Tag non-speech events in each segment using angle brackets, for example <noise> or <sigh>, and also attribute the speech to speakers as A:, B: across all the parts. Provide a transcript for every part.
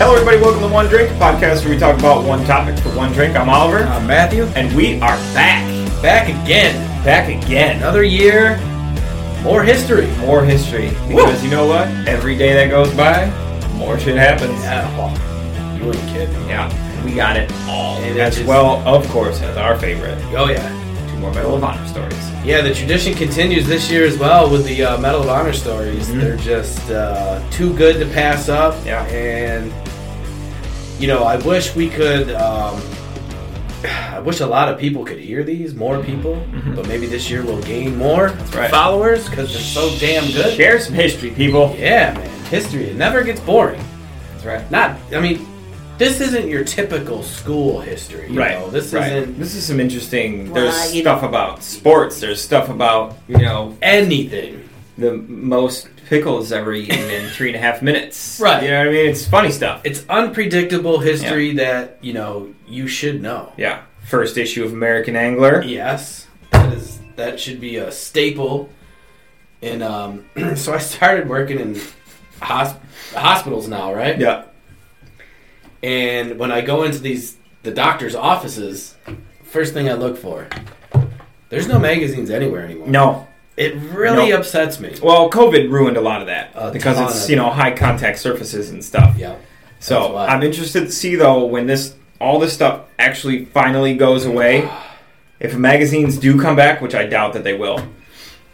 A: Hello, everybody. Welcome to One Drink, a podcast where we talk about one topic for one drink. I'm Oliver,
B: Uh, Matthew,
A: and we are back,
B: back again.
A: back again.
B: Another year, more history.
A: More history, because you know what? Every day that goes by, more shit happens.
B: Yeah, oh, you wouldn't kid.
A: Yeah, we got it all.
B: It
A: as
B: is-
A: well, of course, as our favorite,
B: Oh yeah,
A: two more Medal of Honor stories.
B: yeah. The tradition continues this year as well with the uh, Medal of Honor stories.
A: Mhm.
B: They're just uh, too good to pass up.
A: Yeah.
B: and you know, I wish we could. Um, <sighs> I wish a lot of people could hear these, more people.
A: Mhm.
B: But maybe this year we'll gain more
A: right.
B: followers because they're so damn good.
A: Share some history, people.
B: Yeah, man. History it never gets boring.
A: That's right.
B: not i mean this isn't your typical school history you
A: right.
B: know? this
A: right.
B: isn't
A: This is some interesting.
B: Well,
A: There's
B: you-
A: stuff about sports. There's stuff about you know
B: anything
A: the most pickles ever eaten in three and a half minutes.
B: Right.
A: You know what I mean? It's funny stuff.
B: it's unpredictable history that you know you should know
A: Yeah. First issue of American Angler.
B: yes that is that should be a staple and um <clears throat> so i started working in hosp- hospitals now right
A: Yeah.
B: and when i go into these the doctor's offices first thing i look for there's no magazines anywhere anymore
A: No.
B: it really
A: No.
B: upsets me
A: Well, COVID ruined a lot of that
B: A
A: because
B: ton
A: it's
B: of
A: you know high contact surfaces and stuff.
B: yeah that's
A: so
B: why.
A: I'm interested to see though when this all this stuff actually finally goes away. If magazines do come back, which I doubt that they will,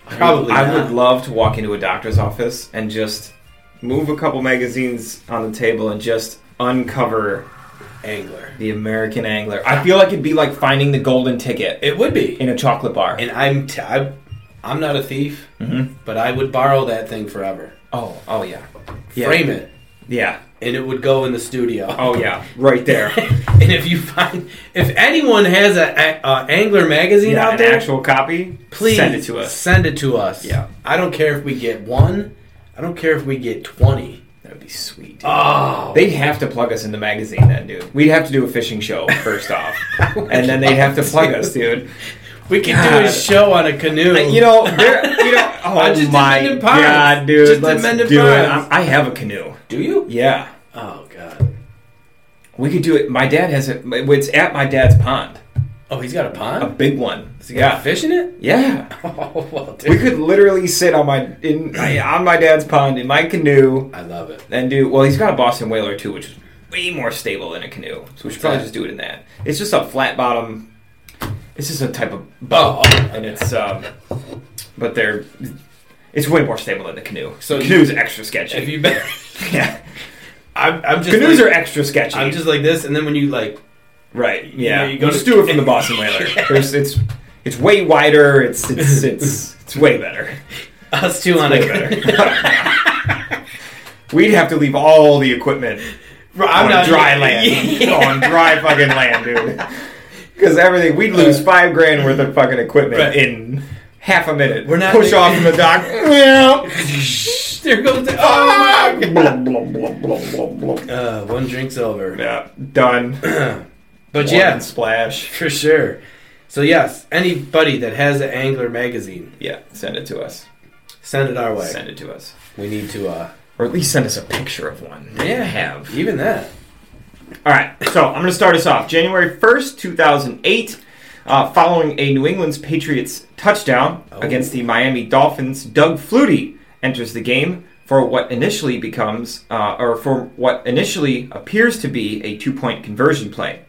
B: probably
A: I
B: not.
A: would love to walk into a doctor's office and just move a couple magazines on the table and just uncover
B: angler
A: the American Angler. I feel like it'd be like finding the golden ticket
B: It would be.
A: in a chocolate bar.
B: And I'm t- I, I'm not a thief,
A: Mhm.
B: but I would borrow that thing forever,
A: Oh, oh yeah. yeah.
B: frame it,
A: Yeah.
B: and it would go in the studio.
A: Oh yeah. Right there.
B: <laughs> and if you find, if anyone has a, a- uh, angler magazine
A: yeah,
B: out
A: an
B: there,
A: actual copy.
B: please
A: send it to us.
B: Send it to us.
A: Yeah.
B: I don't care if we get one. I don't care if we get twenty.
A: That'd be sweet.
B: Oh,
A: They'd have to plug us in the magazine then, dude. We'd have to do a fishing show first
B: <laughs>
A: off,
B: Oh
A: and then they'd have to plug us, dude.
B: we could do a
A: God.
B: show on a canoe.
A: You know, there. You know. Oh
B: <laughs> I just did
A: my
B: Mendon Ponds.
A: god, dude.
B: Just did
A: let's
B: Mendon
A: do it.
B: Ponds.
A: I'm- I have a canoe.
B: do you?
A: Yeah,
B: Oh God.
A: we could do it. My dad has it. It's at my dad's pond,
B: Oh, he's got a
A: a
B: pond.
A: big one.
B: Is he got
A: Yeah,
B: fish in it? <laughs>
A: yeah.
B: Oh well, dude.
A: We could literally sit on my
B: <clears throat>
A: in on my dad's pond in my canoe
B: I love it.
A: and do well. He's got a Boston whaler too, which is way more stable than a canoe. So we should probably
B: that?
A: just do it in that. It's just a flat bottom. It's just a type of
B: Oh,
A: boat, and it's um, but they're it's way more stable than the canoe.
B: So
A: So canoes are extra sketchy.
B: Have you been?
A: <laughs>
B: <laughs>
A: yeah,
B: I'm, I'm just
A: canoes
B: like,
A: are extra sketchy.
B: I'm just like this, and then when you like,
A: right.
B: you
A: Yeah,
B: know, you go
A: We'll just
B: to-
A: do it from the Boston
B: <laughs>
A: whaler. There's, it's it's way wider. It's it's it's it's way better.
B: us two on a
A: Way <laughs> better. <laughs> We'd have to leave all the equipment
B: <laughs> I'm
A: on
B: not
A: dry <laughs>
B: <laughs>
A: land. Oh, on dry fucking land, dude. Because everything, we'd lose five grand worth of fucking equipment
B: Right.
A: in half a minute.
B: We're not
A: push
B: making-
A: off from the <laughs> dock.
B: there goes. The, oh
A: Ah!
B: my!
A: Yeah.
B: Uh, one drink's over.
A: yeah, done.
B: But
A: One
B: yeah,
A: splash.
B: for sure. So yes, anybody that has an angler magazine,
A: Yeah, send it to us.
B: send it our way.
A: Send it to us,
B: We need to. uh
A: or at least send us a picture of one. that you
B: Yeah,
A: have.
B: even that.
A: All right, so I'm going to start us off. January 1st, 2008, uh, following a New England's Patriots touchdown
B: Oh.
A: against the Miami Dolphins, Doug Flutie enters the game for what initially becomes, uh, or for what initially appears to be a two point conversion play.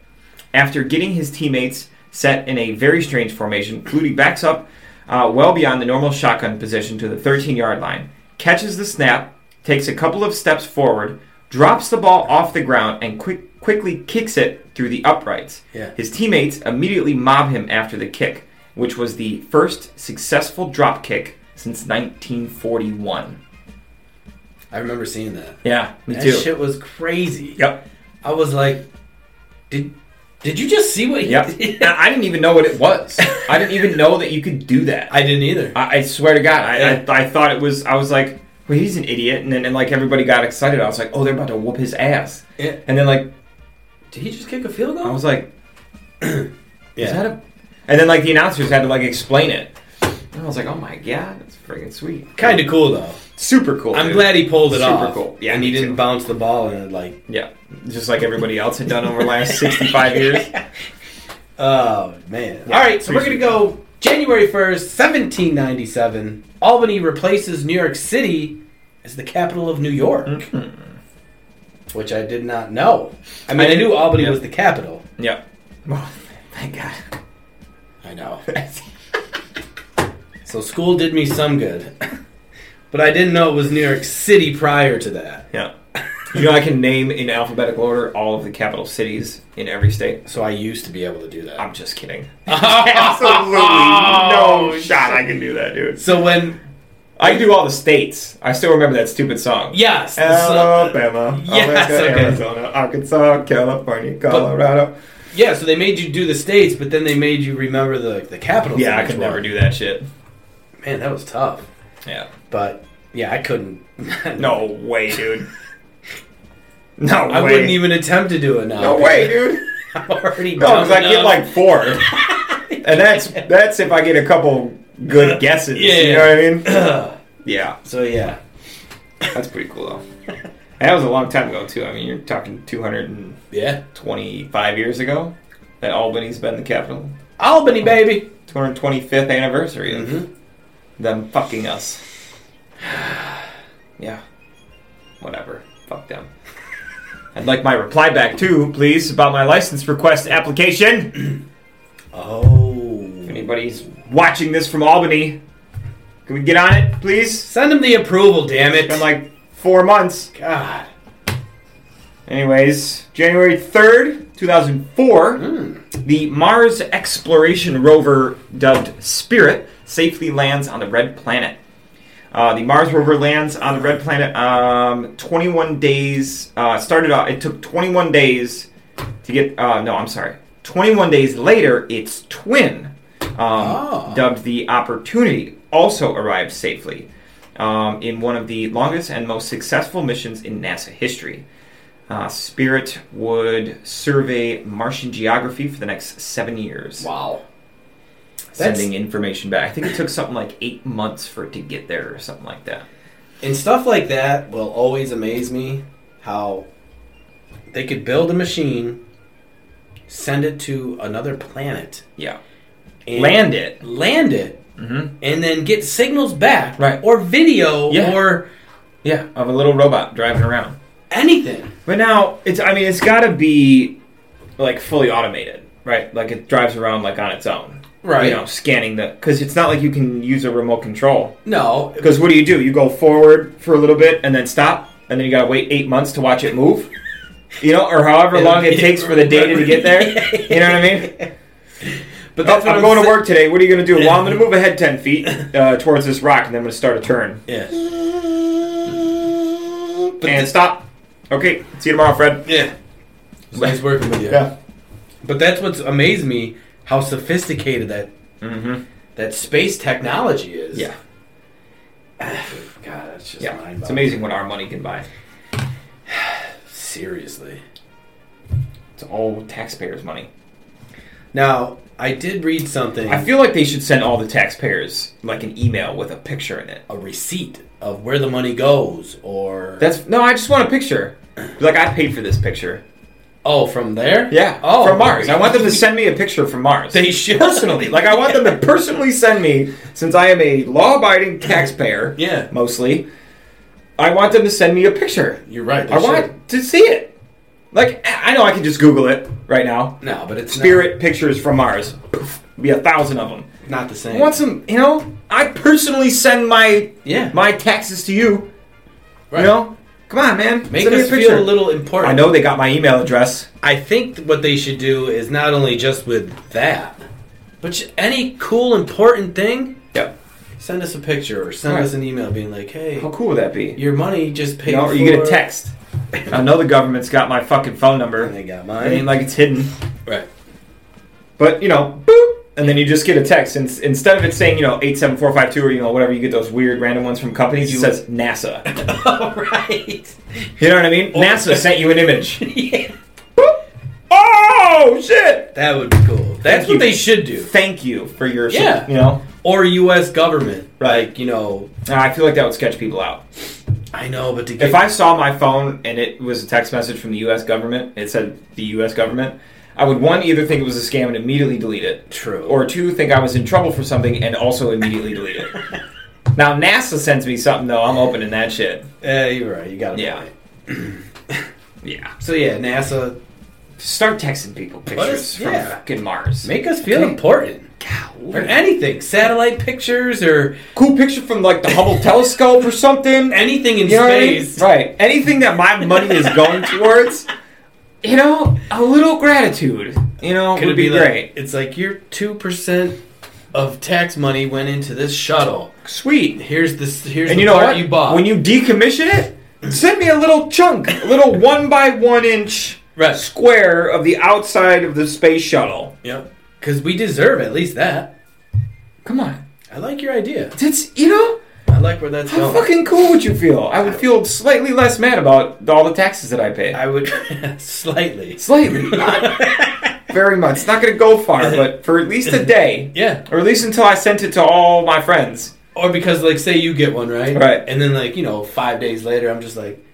A: After getting his teammates set in a very strange formation, Flutie backs up uh, well beyond the normal shotgun position to the 13 yard line, catches the snap, takes a couple of steps forward, drops the ball off the ground, and quick, quickly kicks it through the uprights.
B: Yeah.
A: His teammates immediately mob him after the kick, which was the first successful drop kick since 1941.
B: I remember seeing that.
A: Yeah, me
B: that
A: too.
B: shit was crazy.
A: Yep,
B: I was like, did did you just see what? he
A: yep.
B: did? <laughs>
A: And I didn't even know what it was. I didn't even know that you could do that.
B: I didn't either.
A: I, I swear to God, I,
B: Yeah.
A: I, I thought it was. I was like, "Wait, he's an idiot," and then and like everybody got excited. I was like, "Oh, they're about to whoop his ass,"
B: Yeah.
A: and then like
B: Did he just kick a field
A: I
B: goal?
A: was like, "Is that a?" And then like the announcers had to like explain it. And I was like, oh my god, that's freaking sweet.
B: Kind of cool though.
A: super cool.
B: I'm
A: dude.
B: glad he pulled it
A: Super
B: off.
A: cool. Yeah,
B: and he
A: me
B: didn't
A: too.
B: bounce the ball and like,
A: Yeah, just like everybody else had done over the last 65 <laughs> years.
B: oh man.
A: Yeah,
B: All right, so we're gonna
A: pretty
B: go January first, seventeen ninety seven. Albany replaces New York City as the capital of New York,
A: Mm-hmm.
B: which I did not know. I mean, I,
A: didn't-
B: knew Albany
A: yeah.
B: was the capital.
A: Yeah. Well, Oh, thank God.
B: I know. so school did me some good, <laughs> but I didn't know it was New York City prior to that.
A: <laughs> Yeah. You know, I can name in alphabetical order all of the capital cities in every state.
B: So I used to be able to do that.
A: I'm just kidding. <laughs> Absolutely no shot I can do that, dude.
B: So when
A: I can do all the states. I still remember that stupid song.
B: yes, the su-
A: uh, <laughs> Alabama,
B: Yes,
A: Alaska,
B: okay.
A: Arizona, Arkansas, California, Colorado.
B: yeah. So they made you do the states, but then they made you remember the the capital.
A: yeah, I could never do that <laughs> shit.
B: Man, that was tough.
A: Yeah.
B: But yeah, I couldn't. <laughs>
A: No way, dude. No way.
B: I wouldn't even attempt to do it now.
A: No way, dude.
B: <laughs> I'm already
A: No, because I
B: dumb
A: get
B: enough.
A: like <laughs> four, and that's that's if I get a couple good guesses.
B: Yeah,
A: you
B: yeah.
A: know what I mean? <coughs> yeah,
B: so yeah,
A: that's pretty cool though. And that was a long time ago too. I mean, you're talking 225
B: yeah.
A: years ago that Albany's been the capital.
B: Albany, baby.
A: 225th anniversary of
B: Mhm.
A: them fucking us. <sighs> Yeah, whatever. Fuck them. <laughs> I'd like my reply back too, please, about my license request application. If
B: Oh.
A: anybody's watching this from Albany, can we get on it, please?
B: Send him the approval, damn it.
A: It's been like four months.
B: God.
A: Anyways, January 3rd, 2004, the Mars exploration rover dubbed Spirit safely lands on the Red Planet. Uh, the Mars rover lands on the Red Planet. Um, 21 days uh, started off. It took 21 days to get. Uh, no, I'm sorry. 21 days later, its twin, um,
B: Ah.
A: dubbed the Opportunity, also arrived safely um, in one of the longest and most successful missions in NASA history. Uh, Spirit would survey Martian geography for the next seven years,
B: Wow. That's-
A: sending information back. I think it took something like eight months for it to get there, or something like that.
B: And stuff like that will always amaze me how they could build a machine, send it to another planet,
A: Yeah,
B: and
A: land it.
B: land it,
A: Mm-hmm.
B: and then get signals back,
A: Right.
B: Or video,
A: Yeah.
B: or
A: Yeah, of a little robot driving around.
B: anything.
A: But now it's. I mean, it's got to be like fully automated, right? Like it drives around like on its own. You know, scanning the because it's not like you can use a remote control.
B: No.
A: Because what do you do? You go forward for a little bit and then stop, and then you gotta wait eight months to watch it move. You know, or however long it takes for the data to get there. You know what I mean?
B: But
A: That's
B: <laughs> that's
A: Oh, I'm,
B: what
A: going to
B: sa-
A: work today. What are you gonna do? Well, I'm gonna move ahead ten feet uh, towards this rock, and then I'm gonna start a turn
B: Yeah. But
A: and
B: th-
A: stop. Okay, see you tomorrow, Fred.
B: yeah. It's nice working with you. But that's what's amazed me how sophisticated that
A: Mm-hmm.
B: that space technology is.
A: Yeah.
B: <sighs> God, that's just
A: Yeah.
B: mind
A: It's amazing what our money can buy.
B: Seriously.
A: It's all taxpayers' money.
B: Now, I did read something
A: I feel like they should send all the taxpayers like an email with a picture in it.
B: a receipt of where the money goes or
A: That's no, I just want a picture. Like I paid for this picture.
B: Oh, from there?
A: Yeah.
B: Oh,
A: from Mars. I want them to send me a picture from Mars.
B: They should.
A: personally, like I want them to personally send me, since I am a law-abiding taxpayer.
B: Yeah.
A: Mostly, I want them to send me a picture.
B: You're right. they
A: I
B: should.
A: want to see it. Like I I know I can just Google it right now.
B: No, but it's
A: Spirit pictures from Mars. Poof, Be a thousand of them.
B: not, not the
A: I
B: same.
A: want some. You know, I personally send my
B: yeah.
A: my taxes to you.
B: right.
A: You know, come on, man.
B: Make
A: send me
B: us
A: a picture.
B: feel a little important.
A: I know they got my email address.
B: I think what they should do is not only just with that, but sh- any cool important thing,
A: Yep.
B: send us a picture or send
A: Right.
B: us an email being like, "Hey,
A: How cool would that be?
B: your money just paid
A: You know,
B: for."
A: or you get a text. I know the government's got my fucking phone
B: And
A: number.
B: they got
A: I mean,
B: mine.
A: like it's hidden,
B: right. <laughs>
A: but you know, boop, and then you just get a text. And s- instead of it saying, you know, eight seven four five two or you know whatever, you get those weird random ones from companies. It
B: You-
A: says NASA.
B: All right. <laughs>
A: You know what I mean?
B: Oh.
A: NASA sent you an
B: <laughs>
A: image.
B: yeah.
A: Boop. Oh shit!
B: That would be cool. That's
A: you.
B: what they should do.
A: Thank you for your, su-
B: Yeah.
A: you know,
B: or U.S. government.
A: Right.
B: Like you know,
A: Nah, I feel like that would sketch people out.
B: I know, but to get
A: If I saw my phone and it was a text message from the U.S. government, it said the U.S. government, I would one either think it was a scam and immediately delete it,
B: true
A: or two think I was in trouble for something and also immediately delete
B: <laughs>
A: it. Now NASA sends me something though, I'm opening that shit.
B: eh, you're right, you got to
A: Yeah.
B: point.
A: <clears throat> Yeah.
B: So yeah, NASA,
A: Start texting people pictures
B: What is-
A: from
B: yeah.
A: fucking Mars.
B: make us feel
A: Okay.
B: important or
A: Golly.
B: anything, satellite pictures or
A: cool picture from like the
B: <laughs>
A: Hubble telescope or something.
B: anything in
A: You know what I mean?
B: space.
A: Right. Anything that my money is
B: <laughs>
A: going towards, you know, a little gratitude, you know,
B: Could
A: would be,
B: like-
A: great.
B: it's like your two percent of tax money went into this shuttle.
A: Sweet.
B: Here's this. Here's
A: And
B: the
A: you know
B: part
A: what?
B: you bought.
A: When you decommission it, send me a little chunk, a
B: <laughs>
A: little one by one inch
B: Right.
A: square of the outside of the space shuttle.
B: yep. Because we deserve at least that.
A: Come on.
B: I like your idea.
A: That's, you know,
B: I like where that's
A: how
B: going.
A: fucking cool would you feel? I would feel slightly less mad about all the taxes that I pay.
B: <laughs> I would <laughs> slightly.
A: Slightly. <laughs> Not very much. It's not going to go far, but for at least a day.
B: Yeah.
A: Or at least until I sent it to all my friends.
B: Or because like say you get one right,
A: Right.
B: and then like you know five days later I'm just like,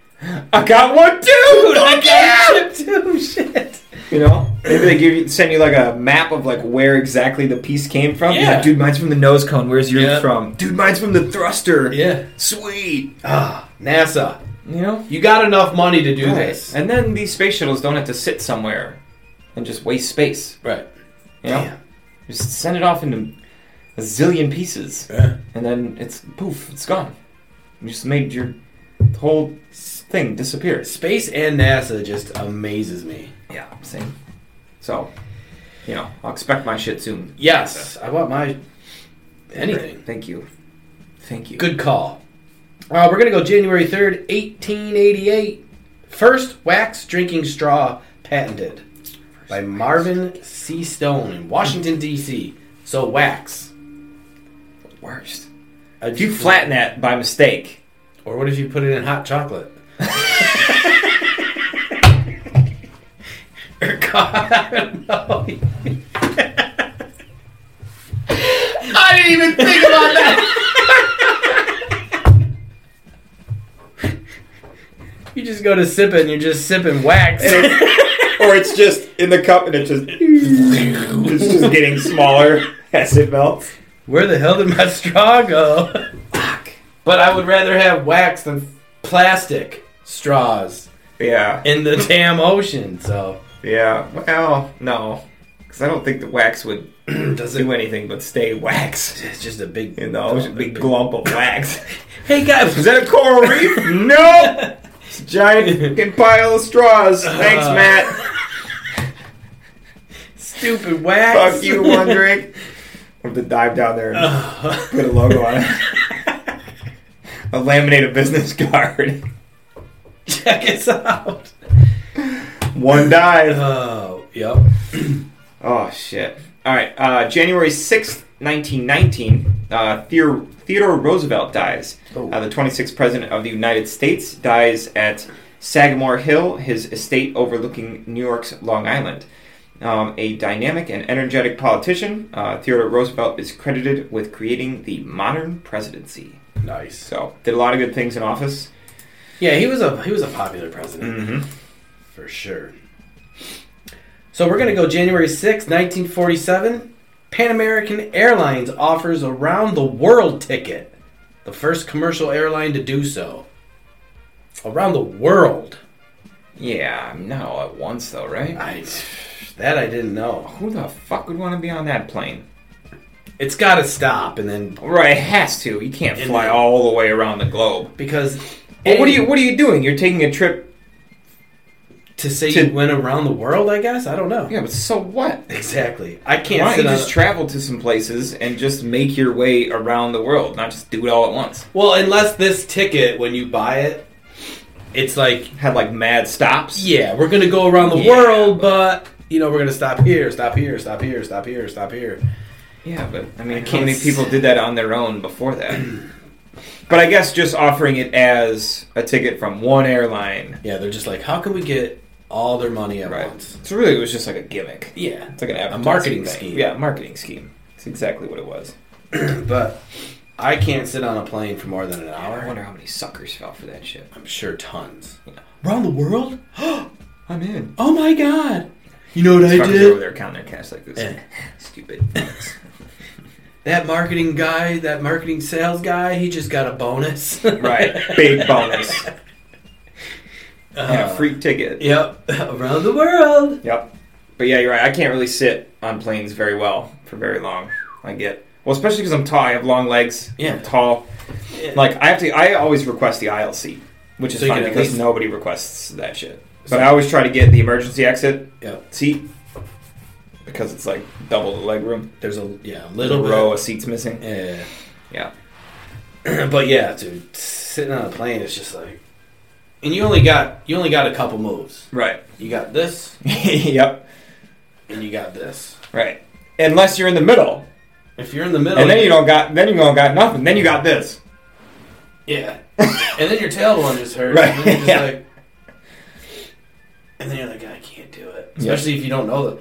A: I got one too!
B: dude, I
A: Fuck
B: got
A: yeah!
B: it too. <laughs> Shit.
A: You know? Maybe they give you send you like a map of like where exactly the piece came from.
B: Yeah.
A: dude, mine's from the nose cone. Where's yours
B: Yeah.
A: from? Dude, mine's from the thruster.
B: Yeah.
A: Sweet.
B: Ah, NASA,
A: You know?
B: you got enough money to do
A: Right.
B: this.
A: And then these space shuttles don't have to sit somewhere and just waste space.
B: Right.
A: You know? Just send it off into a zillion pieces.
B: Yeah.
A: and then it's poof, it's gone. You just made your whole s- thing disappear.
B: Space and NASA just amazes me.
A: Yeah, same. So, you know, I'll expect my shit soon.
B: Yes, I want my anything.
A: Thank you. Thank you.
B: Good call. Uh, we're gonna go January third, eighteen eighty-eight. First wax drinking straw patented by Marvin C. Stone in Washington D.C. So wax.
A: Worst.
B: A
A: If you flatten that by mistake,
B: Or what if you put it in hot <laughs> chocolate? or <laughs> God, I don't know. I
A: <laughs>
B: didn't even think about that. you just go to sip it and you're just sipping wax. <laughs>
A: or it's just in the cup and it just it's just getting smaller as it melts.
B: Where the hell did my straw go? But I would rather have wax than plastic straws
A: Yeah,
B: in the damn ocean, so.
A: yeah. Well, no, because I don't think the wax would <clears throat>
B: Does
A: do anything but stay waxed.
B: It's just a big,
A: You know, it's a big glump of wax.
B: Hey guys,
A: Is that a coral reef? no! It's a giant fucking pile of straws. Thanks,
B: Uh,
A: Matt.
B: stupid wax.
A: Fuck you, one
B: <laughs>
A: drink. I'm gonna dive down there
B: Uh.
A: and
B: Ugh.
A: put a logo on it. A laminated business card. <laughs>
B: Check us out.
A: One dive.
B: Oh, yep.
A: Oh, shit. Alright, uh, January 6th, 1919, uh, Theodore, Theodore Roosevelt dies.
B: Oh.
A: Uh, the 26th President of the United States dies at Sagamore Hill, his estate overlooking New York's Long Island. Um, a dynamic and energetic politician, uh, Theodore Roosevelt is credited with creating the modern presidency.
B: Nice.
A: So, did a lot of good things in office.
B: Yeah, he was a he was a popular president
A: Mm-hmm.
B: for sure. So we're gonna go January sixth, nineteen forty seven. Pan American Airlines offers a round the world ticket, the first commercial airline to do so. Around the world.
A: Yeah, I mean, not all at once, though, right?
B: I that I didn't know.
A: Who the fuck would want to be on that plane?
B: It's got to stop and then
A: Right, it has to. You can't
B: And
A: fly
B: then-
A: all the way around the globe.
B: because
A: Well, what are you? What are you doing? You're taking a trip.
B: to say
A: to-
B: you went around the world? I guess I don't know.
A: Yeah, but so what?
B: Exactly. I can't
A: Why don't
B: sit
A: you
B: on
A: just
B: a-
A: travel to some places and just make your way around the world, not just do it all at once?
B: well, unless this ticket, when you buy it, it's like,
A: Had like mad stops.
B: yeah, we're gonna go around the
A: Yeah,
B: world, but you know, we're gonna stop here, stop here, stop here, stop here, stop here.
A: Yeah, but I mean, how
B: can't
A: many
B: s-
A: people did that on their own before <clears throat> that? but I guess just offering it as a ticket from one airline,
B: Yeah, they're just like, how can we get all their money at
A: right?
B: once?
A: So really, it was just like a gimmick.
B: Yeah,
A: It's like an
B: a
A: advertising
B: marketing
A: thing.
B: scheme.
A: Yeah, a marketing scheme. It's exactly what it was.
B: but I can't sit on a plane for more than an
A: I
B: hour.
A: wonder how many suckers fell for that shit.
B: I'm sure tons.
A: Yeah.
B: Around the world? <gasps>
A: I'm in.
B: Oh my god! You know what I
A: Fuckers over
B: did?
A: there counting their cash like this.
B: Yeah.
A: Stupid. <laughs>
B: That marketing guy, that marketing sales guy, he just got a bonus. <laughs>
A: right. Big <laughs> bonus. and a
B: Uh,
A: free ticket.
B: Yep, <laughs> around the world.
A: Yep. But yeah, you're right. I can't really sit on planes very well for very long. I get well, especially because I'm tall. I have long legs.
B: Yeah.
A: I'm tall. Like I have to. I always request the aisle seat, which is
B: So you
A: funny
B: get at
A: because
B: least-
A: nobody requests that shit. But
B: So-
A: I always try to get the emergency exit
B: Yep.
A: seat because it's like double the leg room.
B: There's a yeah, a
A: Little
B: little
A: row of seats missing.
B: bit.
A: Yeah.
B: Yeah. <clears throat> but yeah, dude, sitting on a plane is just like, and you only got you only got a couple moves.
A: Right.
B: You got this,
A: <laughs> yep.
B: and you got this.
A: Right. Unless you're in the middle,
B: If you're in the middle,
A: and then you don't got, then you don't got nothing. Then you got this.
B: yeah, and then your tail one just hurts.
A: Right,
B: And then you're just
A: yeah.
B: like, and then you're like, I can't do it.
A: Yeah.
B: Especially if you don't know the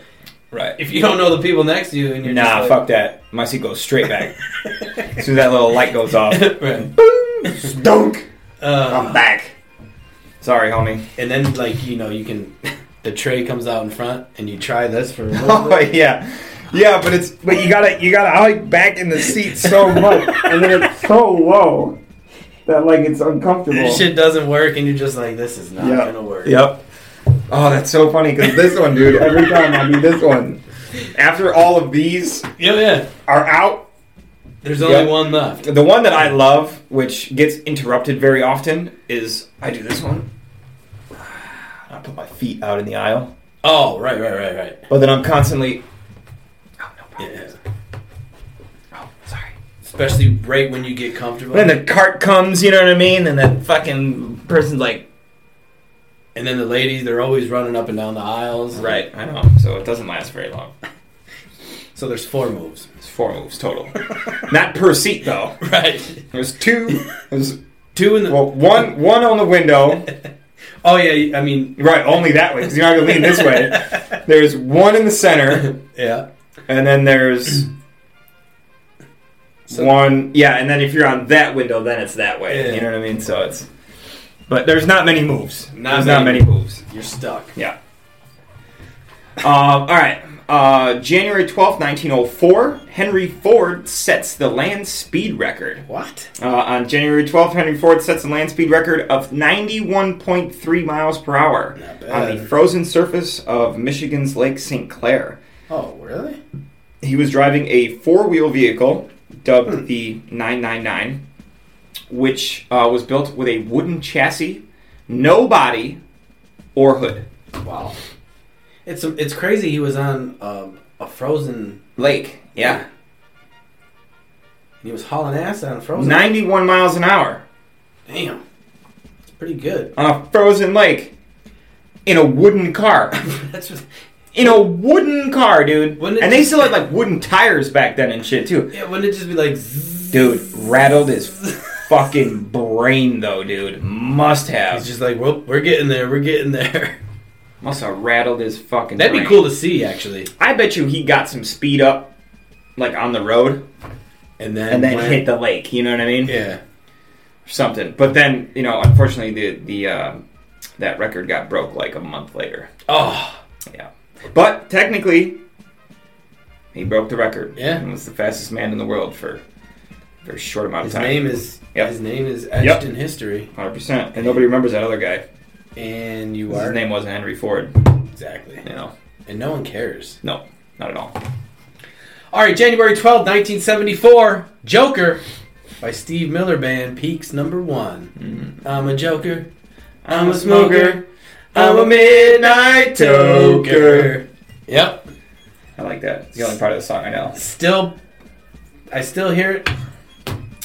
A: Right.
B: if you don't know the people next to you, and you're
A: Nah,
B: just like,
A: fuck that. My seat goes straight back. as soon as that little light goes off,
B: <laughs> right.
A: dunk.
B: Um,
A: I'm back. Sorry, homie.
B: And then, like, you know, you can, <laughs> the tray comes out in front and you try this for
A: <laughs>
B: a little
A: Oh
B: bit.
A: yeah, yeah, but it's but you gotta you gotta hike back in the seat so much, and then it's so low that like it's uncomfortable.
B: This shit doesn't work and you're just like, this is not
A: Yeah.
B: gonna work.
A: Yep. Oh, that's so funny because this one, dude. Every time I do this one, after all of these
B: Yeah, yeah.
A: are out,
B: There's only
A: Yep.
B: one left.
A: the one that I love, which gets interrupted very often, is I do this one. I put my feet out in the aisle.
B: Oh, right, right, right, right.
A: But then I'm constantly. Oh no problem.
B: Yeah.
A: Oh sorry.
B: Especially right when you get comfortable.
A: When the cart comes, you know what I mean, and that fucking person's like,
B: and then the ladies, they're always running up and down the aisles.
A: right, I know. So it doesn't last very long.
B: So there's four moves. <laughs>
A: It's four moves <laughs> total, not per seat though.
B: Right.
A: There's two. There's
B: Two in the.
A: well, one one on the window.
B: Oh, yeah, I mean,
A: Right, only that way because you're not gonna lean this <laughs> way. There's one in the center,
B: yeah.
A: and then there's.
B: <clears throat> So-
A: one yeah and then if you're on that window then it's that way
B: Yeah.
A: you know what i mean so it's but there's not many moves
B: Not
A: there's not
B: many
A: many moves
B: You're stuck.
A: Yeah. Um, all right. Uh, January twelfth, 1904, Henry Ford sets the land speed record.
B: What?
A: Uh, on January 12th, Henry Ford sets a land speed record of 91.3 miles per hour
B: Not
A: on the
B: bad.
A: frozen surface of Michigan's Lake St. Clair.
B: Oh, really?
A: He was driving a four wheel vehicle dubbed
B: Hmm.
A: the 999, which uh, was built with a wooden chassis, no body, or hood.
B: Wow. It's it's crazy he was on um, a frozen
A: Lake, yeah.
B: He was hauling ass on a frozen.
A: 91 miles an hour
B: Damn, it's pretty good. <laughs>
A: on a frozen lake in a wooden car. <laughs>
B: That's just
A: In a wooden car, dude.
B: Wouldn't it
A: And they
B: just-
A: still had like wooden tires back then and shit too.
B: yeah. Wouldn't it just be like, zzz?
A: Dude, rattled
B: <laughs>
A: his fucking brain though, dude. Must have.
B: He's just like, well, we're getting there, we're getting there. <laughs>
A: Must have rattled his fucking
B: That'd be
A: brain.
B: cool to see actually.
A: I bet you he got some speed up like on the road
B: And then
A: and then
B: went-
A: hit the lake, you know what I mean?
B: Yeah.
A: Something. But then, you know, unfortunately the the uh, that record got broke like a month later.
B: Oh,
A: Yeah. But technically, he broke the record.
B: Yeah.
A: And was the fastest man in the world for a very short amount of
B: his
A: time.
B: name is
A: Yep.
B: his name is etched
A: Yep.
B: in history,
A: 100%. And nobody remembers that other guy.
B: and you
A: His
B: are
A: name wasn't Henry Ford.
B: exactly,
A: You know?
B: and no one cares.
A: No, not at all.
B: All right, January twelfth, nineteen seventy four, Joker by Steve Miller Band peaks number one. I'm a Joker. Mm-hmm. I'm a smoker. I'm a midnight toker. Yep.
A: I like that. It's the only part of the song I know.
B: Still, I still hear it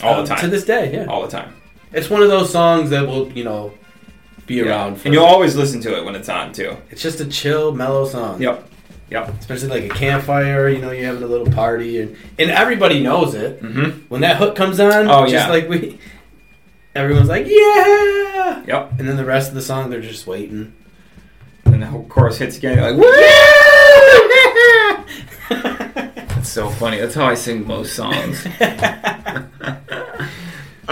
A: All
B: uh,
A: the time.
B: to this day. Yeah,
A: all the time.
B: it's one of those songs that will you know be
A: Yeah.
B: around. For,
A: And you'll always listen to it when it's on, too.
B: it's just a chill, mellow song.
A: Yep. Yep.
B: Especially like a campfire. You know, you're having a little party, and and everybody knows it
A: Mm-hmm.
B: when that hook comes on.
A: Oh,
B: just
A: yeah.
B: like we, everyone's like yeah,
A: Yep.
B: and then the rest of the song they're
A: <laughs>
B: just waiting.
A: And the whole chorus hits again. You're like, woo! <laughs> That's so funny. That's how I sing most <laughs> songs. All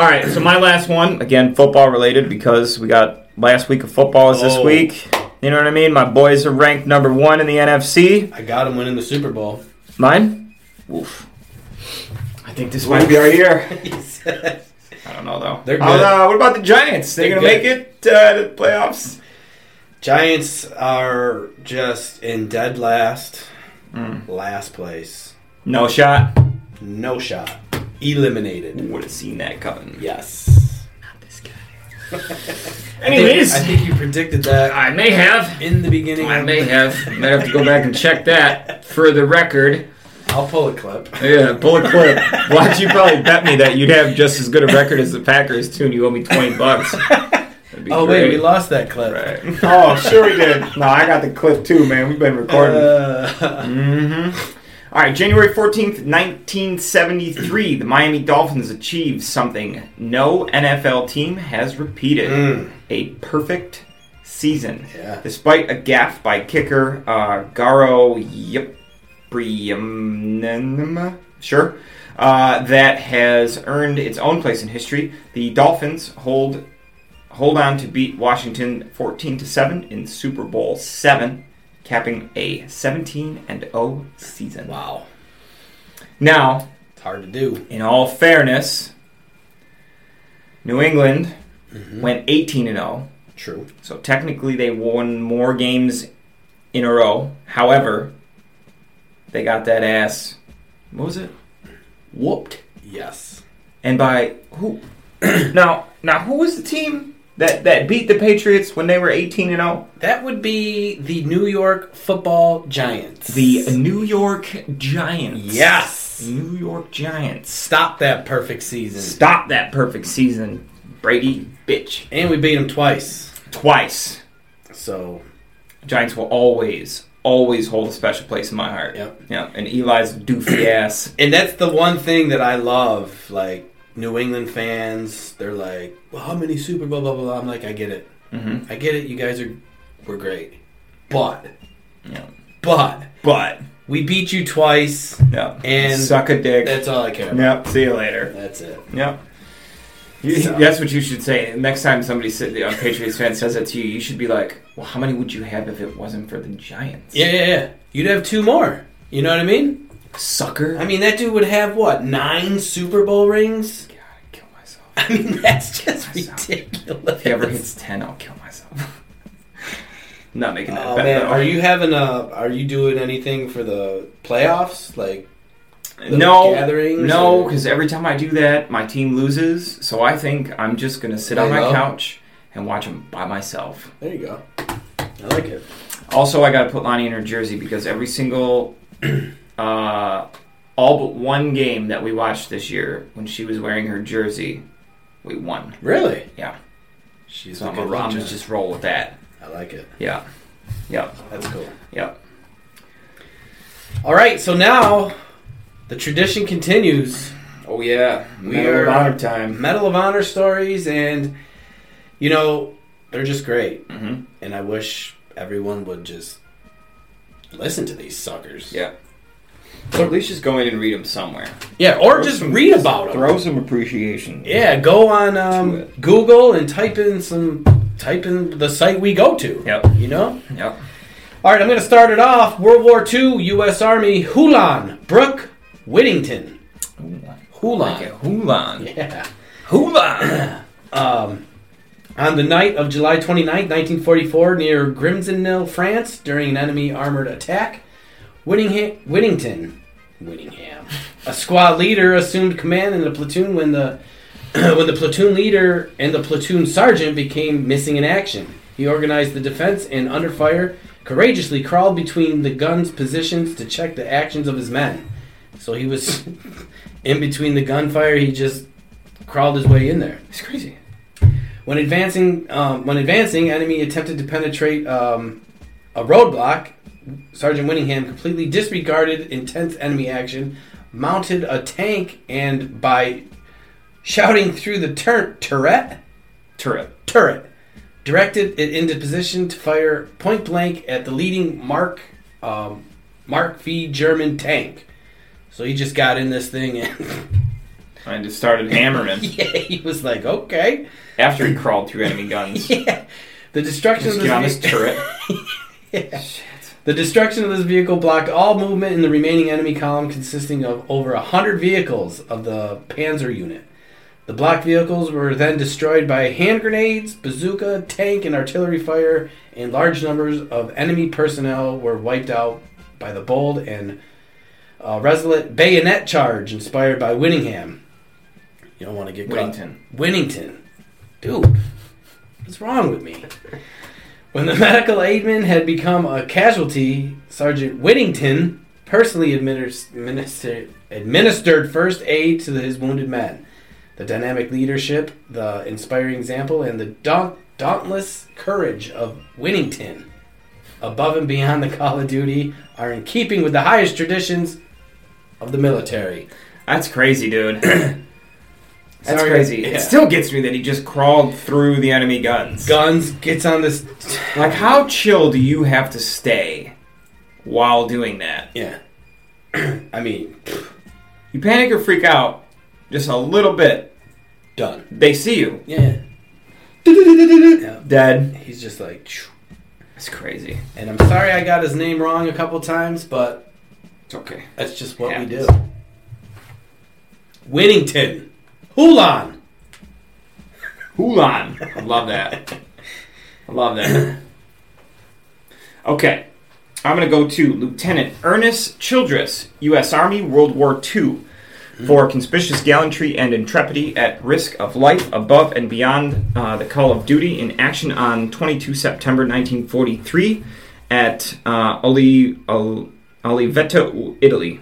A: right, so my last one again, football related because we got last week of football is this
B: Oh.
A: week. You know what I mean? My boys are ranked number one in the NFC.
B: I got him winning the Super
A: <laughs>
B: Bowl.
A: Mine? Oof. I think this might
B: Oof.
A: be our year.
B: He said-
A: I don't know though.
B: They're
A: I don't
B: good.
A: know. what about the Giants? They're,
B: They're
A: gonna make it uh, to the playoffs.
B: Giants are just in dead last,
A: Mm.
B: last place.
A: No shot.
B: No shot. Eliminated.
A: Would have seen that coming.
B: Yes.
A: This guy. <laughs>
B: Anyways,
A: Anyways,
B: I think you predicted that
A: I may have.
B: in the beginning.
A: I may have. Might have to go back and check that for the record.
B: I'll pull a clip.
A: Yeah, pull a clip. Why'd you probably bet me that you'd have just as good a record as the Packers too, and you owe me twenty <laughs> bucks? That'd be
B: Oh wait,
A: great.
B: we lost that clip.
A: Right. Oh, sure we did. No, I got the clip too, man. We've been recording.
B: Uh, <laughs>
A: Mm-hmm. All right, January 14th, 1973, the Miami Dolphins achieved something no NFL team has repeated
B: Mm.
A: a perfect season.
B: yeah.
A: Despite a gaffe by kicker uh, Garo Yipriamnenema, sure, uh, that has earned its own place in history, the Dolphins hold hold on to beat Washington 14 to 7 in Super Bowl 7, capping a 17 and 0 season.
B: Wow.
A: Now,
B: It's hard to do.
A: in all fairness, New England went 18 and oh. 0.
B: True.
A: So technically, they won more games in a row. However, they got that ass. What was it? Whooped.
B: Yes.
A: And by who? <clears throat> now, now who was the team that that beat the Patriots when they were eighteen and oh? zero?
B: That would be the New York Football Giants.
A: The New York Giants.
B: yes.
A: New York Giants.
B: Stop that perfect season.
A: Stop that perfect season, Brady, bitch.
B: And we beat them twice.
A: Twice.
B: So
A: Giants will always, always hold a special place in my heart.
B: Yep.
A: Yeah. And Eli's doofy ass.
B: And that's the one thing that I love. Like New England fans, they're like, "Well, how many Super Bowl?" Blah blah blah. I'm like, I get it.
A: Mm-hmm.
B: I get it. You guys are, we're great, but,
A: Yeah.
B: but
A: But
B: we beat you twice.
A: no,
B: And
A: suck a dick.
B: That's all I care about.
A: Yep. See you later.
B: That's it.
A: Yep. You-
B: So-
A: That's what you should say. Next time somebody sit, a Patriots fan says that to you, you should be like, "Well, how many would you have if it wasn't for the Giants?"
B: Yeah, yeah, yeah. You'd have two more. You know what I mean?
A: Sucker.
B: I mean, that dude would have what nine Super Bowl rings.
A: <laughs>
B: <laughs>
A: God, I'd kill myself.
B: I mean, that's just
A: I sound-
B: ridiculous.
A: If he ever
B: <laughs>
A: hits ten, I'll kill myself. <laughs> Not making that
B: Oh
A: bet.
B: man,
A: though.
B: are you having a? Are you doing anything for the playoffs? Like the
A: no,
B: gatherings
A: no,
B: or-
A: because every time I do that, my team loses. So I think I'm just gonna sit on
B: There
A: my
B: you go.
A: couch and watch them by myself.
B: There you go. I like it.
A: Also, I got to put Lonnie in her jersey because every single, <clears throat> uh, all but one game that we watched this year when she was wearing her jersey, we won.
B: Really?
A: Yeah.
B: She's
A: So
B: a
A: I'm
B: good
A: going to
B: runner.
A: just roll with that.
B: I like it.
A: Yeah. Yep.
B: That's cool.
A: Yep.
B: All right, so now the tradition continues.
A: Oh, yeah.
B: We Medal of are- Honor
A: time.
B: Medal of Honor stories, and you know they're just great.
A: Mm-hmm.
B: And I wish everyone would just listen to these suckers.
A: Yeah. So at least just go in and read them somewhere.
B: yeah, or just read about them.
A: Throw some appreciation.
B: Yeah, go on
A: To
B: um,
A: it.
B: Google and type in some type in the site we go to.
A: Yep.
B: You know.
A: Yep.
B: All right, I'm going to start it off. World War II, U.S. Army, Hulan, Brooke Whittington. <laughs> Hulan.
A: Like a Hulan.
B: Yeah.
A: Hulan.
B: Um, on the night of July 29, 1944, near Grimsonville, France, during an enemy armored attack, Whittingham, Whittington, Whittingham, a squad leader assumed command in the platoon when the <clears throat> when the platoon leader and the platoon sergeant became missing in action. He organized the defense and, under fire, courageously crawled between the guns' positions to check the actions of his men. So he was <laughs> in between the gunfire. He just crawled his way in there.
A: <clears throat> It's crazy.
B: When advancing, um, when advancing, enemy attempted to penetrate um, a roadblock. Sergeant Winningham completely disregarded intense enemy action, mounted a tank, and by shouting through the tur- turret,
A: Turret.
B: turret, directed it into position to fire point blank at the leading Mark um, Mark V German tank. So he just got in this thing and <laughs>
A: I just started hammering him <laughs>
B: yeah, he was like, okay.
A: after he crawled through enemy guns.
B: Yeah. The destruction
A: Just
B: of
A: get on this
B: this vehi-
A: <laughs> turret.
B: Yeah.
A: Shit.
B: The destruction of this vehicle blocked all movement in the remaining enemy column, consisting of over 100 vehicles of the Panzer unit. The blocked vehicles were then destroyed by hand grenades, bazooka, tank, and artillery fire, and large numbers of enemy personnel were wiped out by the bold and uh, resolute bayonet charge inspired by Winningham. You don't want to get caught.
A: Whittington.
B: Winnington. Dude, what's wrong with me? When the <laughs> medical aidman had become a casualty, Sergeant Whittington personally administered, administered, administered first aid to his wounded men. The dynamic leadership, the inspiring example, and the daunt, dauntless courage of Whittington, above and beyond the call of duty, are in keeping with the highest traditions of the military.
A: That's crazy, dude. <clears throat> That's
B: Sorry,
A: crazy.
B: yeah.
A: It still gets me that he just crawled through the enemy guns.
B: Guns gets on this.
A: Like, how chill do you have to stay while doing that?
B: Yeah. <clears throat> I mean,
A: You panic or freak out just a little bit.
B: done.
A: They see you.
B: Yeah. Yeah.
A: Dead.
B: He's just like, "Phew."
A: That's crazy.
B: and I'm sorry I got his name wrong a couple times, but
A: It's okay.
B: that's just what we do.
A: Happens.
B: Winnington. Hulan.
A: Hulan. I love that. I love that. Okay. I'm going to go to Lieutenant Ernest Childress, U.S. Army, World War II, for conspicuous gallantry and intrepidity at risk of life above and beyond uh, the call of duty in action on 22 September 1943 at uh, Oli, Ol- Oliveto, Italy.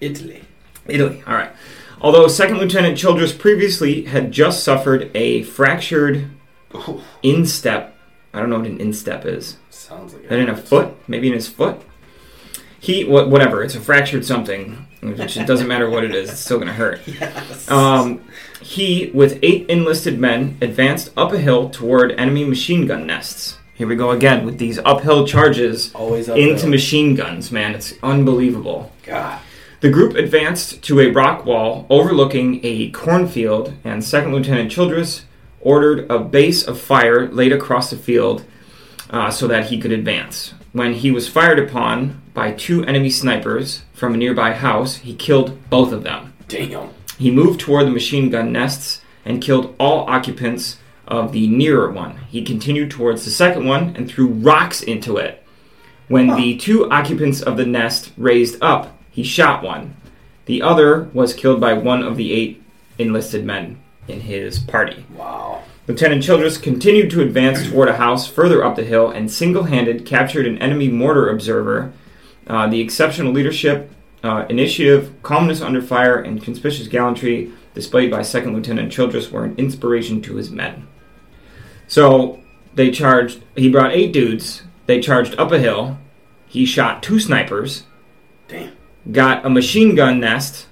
B: Italy.
A: Italy. All right. Although Second Lieutenant Childress previously had just suffered a fractured instep. I don't know what an instep is.
B: Sounds like
A: Is that in a foot? Maybe in his foot. He what? Whatever. It's a fractured something, which it doesn't matter what it is. It's still gonna hurt. Um, he, with eight enlisted men, advanced up a hill toward enemy machine gun nests. Here we go again with these uphill charges
B: Always up
A: into machine guns, man. It's unbelievable.
B: God.
A: The group advanced to a rock wall overlooking a cornfield, and Second Lieutenant Childress ordered a base of fire laid across the field uh, so that he could advance. When he was fired upon by two enemy snipers from a nearby house, he killed both of them.
B: Damn.
A: He moved toward the machine gun nests and killed all occupants of the nearer one. He continued towards the second one and threw rocks into it. When the two occupants of the nest raised up, he shot one. The other was killed by one of the eight enlisted men in his party.
B: Wow.
A: Lieutenant Childress continued to advance toward a house further up the hill and single handed captured an enemy mortar observer. Uh, the exceptional leadership, uh, initiative, calmness under fire, and conspicuous gallantry displayed by Second Lieutenant Childress were an inspiration to his men. So they charged, he brought eight dudes, they charged up a hill, he shot two snipers,
B: Damn.
A: got a machine gun nest,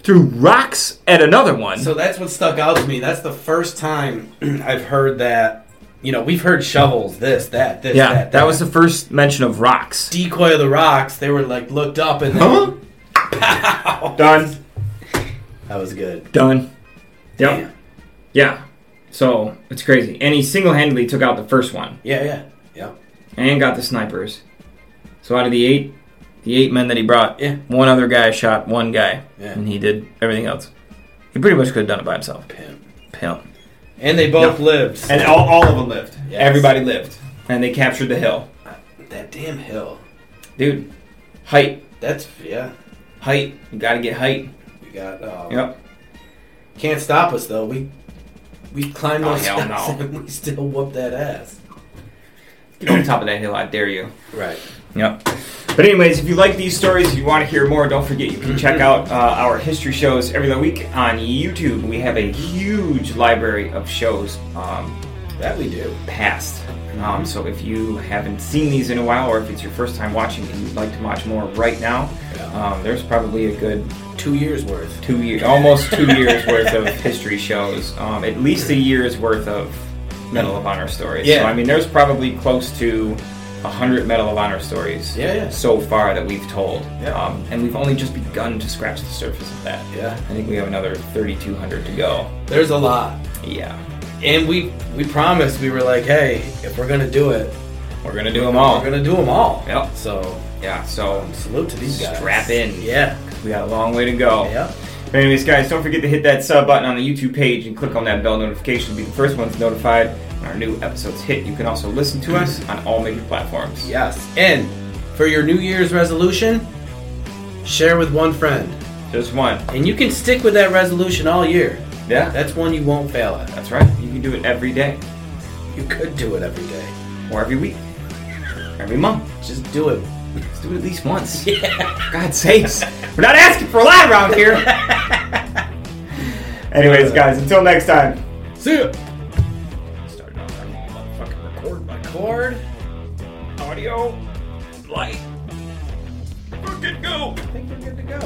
A: threw rocks at another one.
B: So that's what stuck out to me. That's the first time <clears throat> I've heard that. You know, we've heard shovels, this, that, this,
A: yeah,
B: that,
A: that was the first mention of rocks.
B: decoy of the rocks. They were like looked up and then, <laughs>
A: Done.
B: that was good.
A: Done. Yep.
B: Damn.
A: Yeah. So it's crazy. And he single handedly took out the first one
B: Yeah, yeah, yeah.
A: and got the snipers. So out of the eight, the eight men that he brought,
B: Yeah.
A: one other guy shot one guy,
B: Yeah.
A: and he did everything else. He pretty much could have done it by himself.
B: Pimp.
A: Pimp.
B: And they both lived.
A: And all, all of them lived.
B: Yes.
A: Everybody lived. And they captured the hill.
B: that damn hill.
A: Dude, height.
B: That's yeah.
A: Height. You gotta get height.
B: We got. Um,
A: Yep.
B: Can't stop us though. We we climbed
A: Oh,
B: those
A: hell
B: steps
A: no.
B: <laughs> and we still whoop that ass.
A: Get on top of that hill, I dare you.
B: Right.
A: Yep. But anyways, if you like these stories, if you want to hear more, don't forget you can check out uh, our history shows every other week on YouTube. We have a huge library of shows um,
B: That we do.
A: past. Um, so if you haven't seen these in a while, or if it's your first time watching and you'd like to watch more right now,
B: Yeah.
A: um, there's probably a good
B: Two years worth.
A: two year, almost two years worth of history shows, um, at least a year's worth of Medal of Honor stories.
B: Yeah.
A: So I mean, there's probably close to 100 Medal of Honor stories
B: Yeah, yeah.
A: so far that we've told.
B: Yeah.
A: Um, and we've only just begun to scratch the surface of that.
B: Yeah.
A: I think we have another 3,200 to go.
B: There's a lot.
A: Yeah.
B: And we we promised we were like, hey, if we're gonna do it,
A: We're going to do them all.
B: we're gonna do them all.
A: Yep.
B: So
A: yeah, so
B: salute to these guys.
A: Strap in.
B: Yeah.
A: we got a long way to go.
B: Yeah.
A: But anyways, guys, don't forget to hit that sub button on the YouTube page and click on that bell notification to be the first ones notified when our new episodes hit. You can also listen to us on all major platforms.
B: Yes. And for your New Year's resolution, share with one friend.
A: Just one.
B: And you can stick with that resolution all year.
A: Yeah.
B: That's one you won't fail at.
A: That's right. You can do it every day,
B: You could do it every day.
A: or every week, every month.
B: Just do it.
A: Let's do it at least once. For God's sakes. We're not asking for a lot around here. Anyways, guys, until next time.
B: See ya.
A: Started off that motherfucking record button.
B: Cord.
A: Audio. Light. Fucking go.
B: I think we're good to go.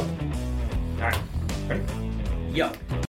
A: Alright. Ready?
B: Yup.